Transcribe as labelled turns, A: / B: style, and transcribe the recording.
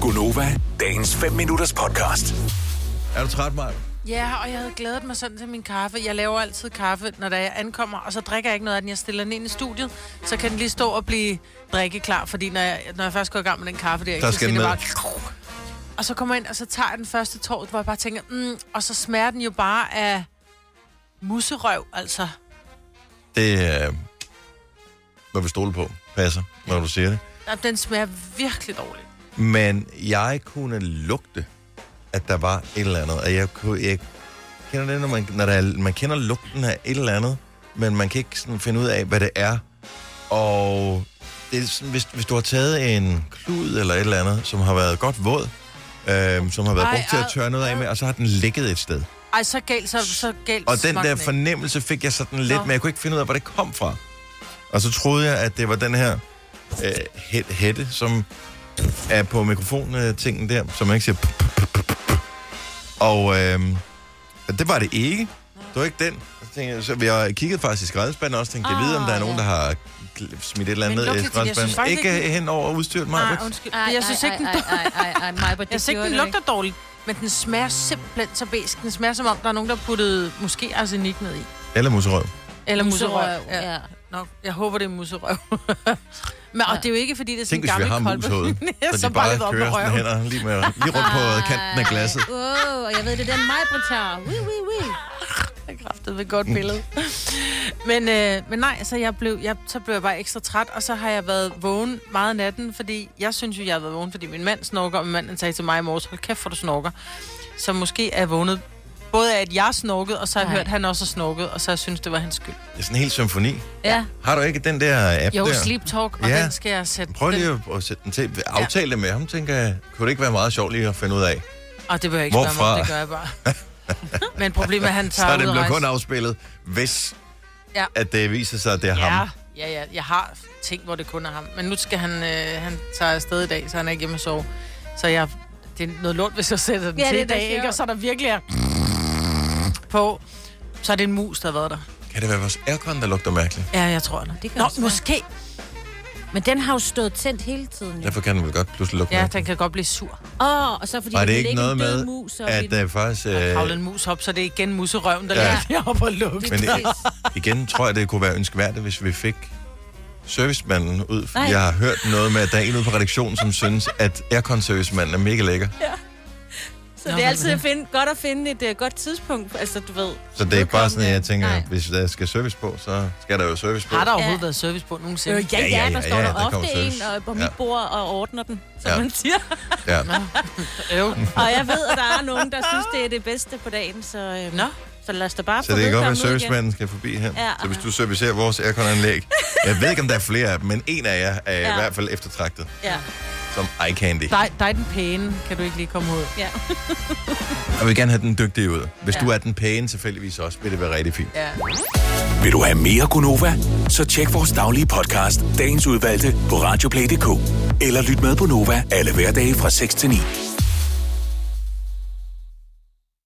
A: Gunova, dagens 5 minutters podcast.
B: Er du træt, Maja?
C: Ja, og jeg havde glædet mig sådan til min kaffe. Jeg laver altid kaffe, når der jeg ankommer, og så drikker jeg ikke noget af den. Jeg stiller den ind i studiet, så kan den lige stå og blive drikkeklar, fordi når jeg, når jeg først går i gang med den kaffe der,
B: Der
C: så
B: skal
C: siger
B: den
C: det bare... Og så kommer jeg ind, og så tager jeg den første tår, hvor jeg bare tænker, mm, og så smager den jo bare af musserøv, altså.
B: Det øh, må vi stole på. Passer, når du siger det.
C: Ja, Den smager virkelig dårligt.
B: Men jeg kunne lugte, at der var et eller andet. Og jeg, kunne, jeg kender det, når, man, når der er, man kender lugten af et eller andet, men man kan ikke sådan finde ud af, hvad det er. Og det er sådan, hvis, hvis du har taget en klud eller et eller andet, som har været godt våd, øh, som har været
C: Ej,
B: brugt til at
C: ej,
B: tørre noget af med, og så har den ligget et sted.
C: Ej, så galt, så, så galt
B: Og den
C: smagte
B: der
C: ikke.
B: fornemmelse fik jeg sådan lidt,
C: Nå.
B: men jeg kunne ikke finde ud af, hvor det kom fra. Og så troede jeg, at det var den her øh, hæt- hætte, som er på mikrofon-tingen der, som man ikke siger... p- p- p- p- p- Og øh, det var det ikke. Det var ikke den. Og Så, tænkte jeg, så jeg kiggede faktisk i skraldespanden også, tænkte, jeg ved, om der er
C: Ah,
B: nogen,
C: ja.
B: der har gl- smidt et eller
C: Men
B: andet ned i
C: lugtede til- jeg synes
B: skraldespanden.
C: faktisk
B: Ikke
C: ikke-
B: hen over udstyret mig.
C: Nej, undskyld.
D: Ah, Ej,
C: jeg synes
D: ej,
C: ikke, den
D: ej, ej, ej, ej, ej,
C: Jeg
D: Majbert, det
C: synes ikke,
D: gjorde
C: den
D: det
C: lugter dårligt, men den smager simpelthen så bæsk. Den smager som om, der er nogen, der har puttet måske arsenik ned i.
B: Eller musserøv.
C: Eller musserøv.
D: Musserøv,
C: Ja.
D: ja.
C: Nå, jeg håber, det er musserøv. Men, og det er jo ikke, fordi det er sådan
B: Tænk,
C: en
B: hvis vi
C: gammel
B: har
C: kolbe.
B: mushoved,
C: ja,
B: så
C: så
B: de
C: bare lidt
B: bare
C: op
B: kører
C: med Ah.
B: sådan
C: røven.
B: hænder lige, med, lige rundt på kanten af glasset.
D: Åh, oh, og jeg ved, det er den Majbert tager. Ui, ui, ui.
C: Det er kraftet ved et godt billede. men, øh, men nej, så, jeg blev, jeg, så blev jeg bare ekstra træt, og så har jeg været vågen meget af natten, fordi jeg synes jo, jeg har været vågen, fordi min mand snorker, og min mand han sagde til mig i morges, hold kæft, for du snorker. Så måske er jeg vågnet både af, at jeg snorkede, og så har jeg
D: Nej.
C: hørt, at han også har snorket, og så har jeg synes det var hans skyld.
B: Det er sådan en hel symfoni.
D: Ja.
B: Har du ikke den der app
C: Jo,
B: der?
C: Sleep Talk,
B: Ja.
C: og ja. den skal jeg sætte.
B: Prøv
C: den-
B: lige at- at sætte den til. Aftale det med ham, tænker jeg. Kunne det ikke være meget sjovt lige at finde ud af?
C: Og det bør jeg ikke spørge mig
B: Hvorfra?
C: om, det gør jeg bare. Men problemet er, at han
B: Så
C: tager
B: er
C: ud
B: det
C: og
B: blevet
C: rejser.
B: kun afspillet, hvis
C: Ja.
B: at det viser sig, at det er
C: Ja,
B: ham.
C: ja, ja. Jeg har ting, hvor det kun er ham. Men nu skal han, øh, han tager afsted i dag, så han er ikke hjemme og sove. Så jeg, det er noget lort, hvis jeg sætter den
D: Ja,
C: ja, til
D: det
C: i
D: er da
C: dag, ikke?
D: sjovt.
C: Og så er der virkelig er på. Så er det en mus, der har været der.
B: Kan det være vores aircon, der lugter mærkeligt?
C: Ja, jeg tror det.
D: Det kan
C: Nå,
D: også være.
C: måske.
D: Men den har jo stået tændt hele tiden. jo.
B: Derfor kan den vel godt pludselig lugte
C: Ja,
B: mærkeligt.
C: den kan godt blive sur.
D: Åh, og så fordi
B: Var det
D: der
B: ikke
D: ligger
B: noget
D: en død
B: med,
D: mus op i
B: at
D: den.
B: der faktisk...
C: Øh.
B: Øh,
C: Havlet en mus op, så det er igen muserøven, der
B: Ja.
C: ja. ligger op og lukker.
B: men
D: Det er
B: øh, igen tror jeg, det kunne være ønskværdigt, hvis vi fik servicemanden ud. Fordi
D: Nej.
B: jeg har hørt noget med, at der er en ude på redaktionen, som synes, at aircon-servicemanden er mega lækker.
C: Nå,
D: Så det er
C: men
D: altid
C: det-
D: at finde, godt at finde et uh, godt tidspunkt, altså du ved.
B: Så det er ikke bare sådan, at jeg tænker,
D: Nej.
B: hvis der skal service på, så skal der jo service på.
C: Har der overhoveddet
D: Ja.
C: været service på nogensinde?
D: Øh, ja,
B: Ja, ja,
D: ja,
B: ja,
D: der står
B: ja,
D: der
B: der kommer
D: ofte en
B: service.
D: og, på
B: Ja.
D: mit bord og ordner den, som
B: Ja.
D: man siger.
B: Ja.
C: Øv.
D: Og jeg ved, at der er nogen, der synes, det er det bedste på dagen, så, øh,
C: Nå.
D: så lad os da bare
B: Så
D: få
B: det kan godt være, at
D: vedkommende ud igen.
B: servicemanden skal forbi her. Ja.
D: Ja.
B: Så hvis du servicerer vores aircon-anlæg, jeg ved ikke, om der er flere af dem, men en af jer er ja. i
D: Ja.
B: hvert fald eftertragtet
D: Ja,
B: som eye candy.
C: Dig, dig den pæne, kan du ikke lige komme ud.
D: ja.
B: Og vi vil gerne have den dygtige ud. Hvis ja.
C: Ja.
B: du er den pæne tilfældigvis også, vil det være rigtig fint.
C: Ja.
A: Vil du have mere Gunova? Så tjek vores daglige podcast, dagens udvalgte, på radioplay.dk. Eller lyt med på Nova alle hverdage fra 6 til 9.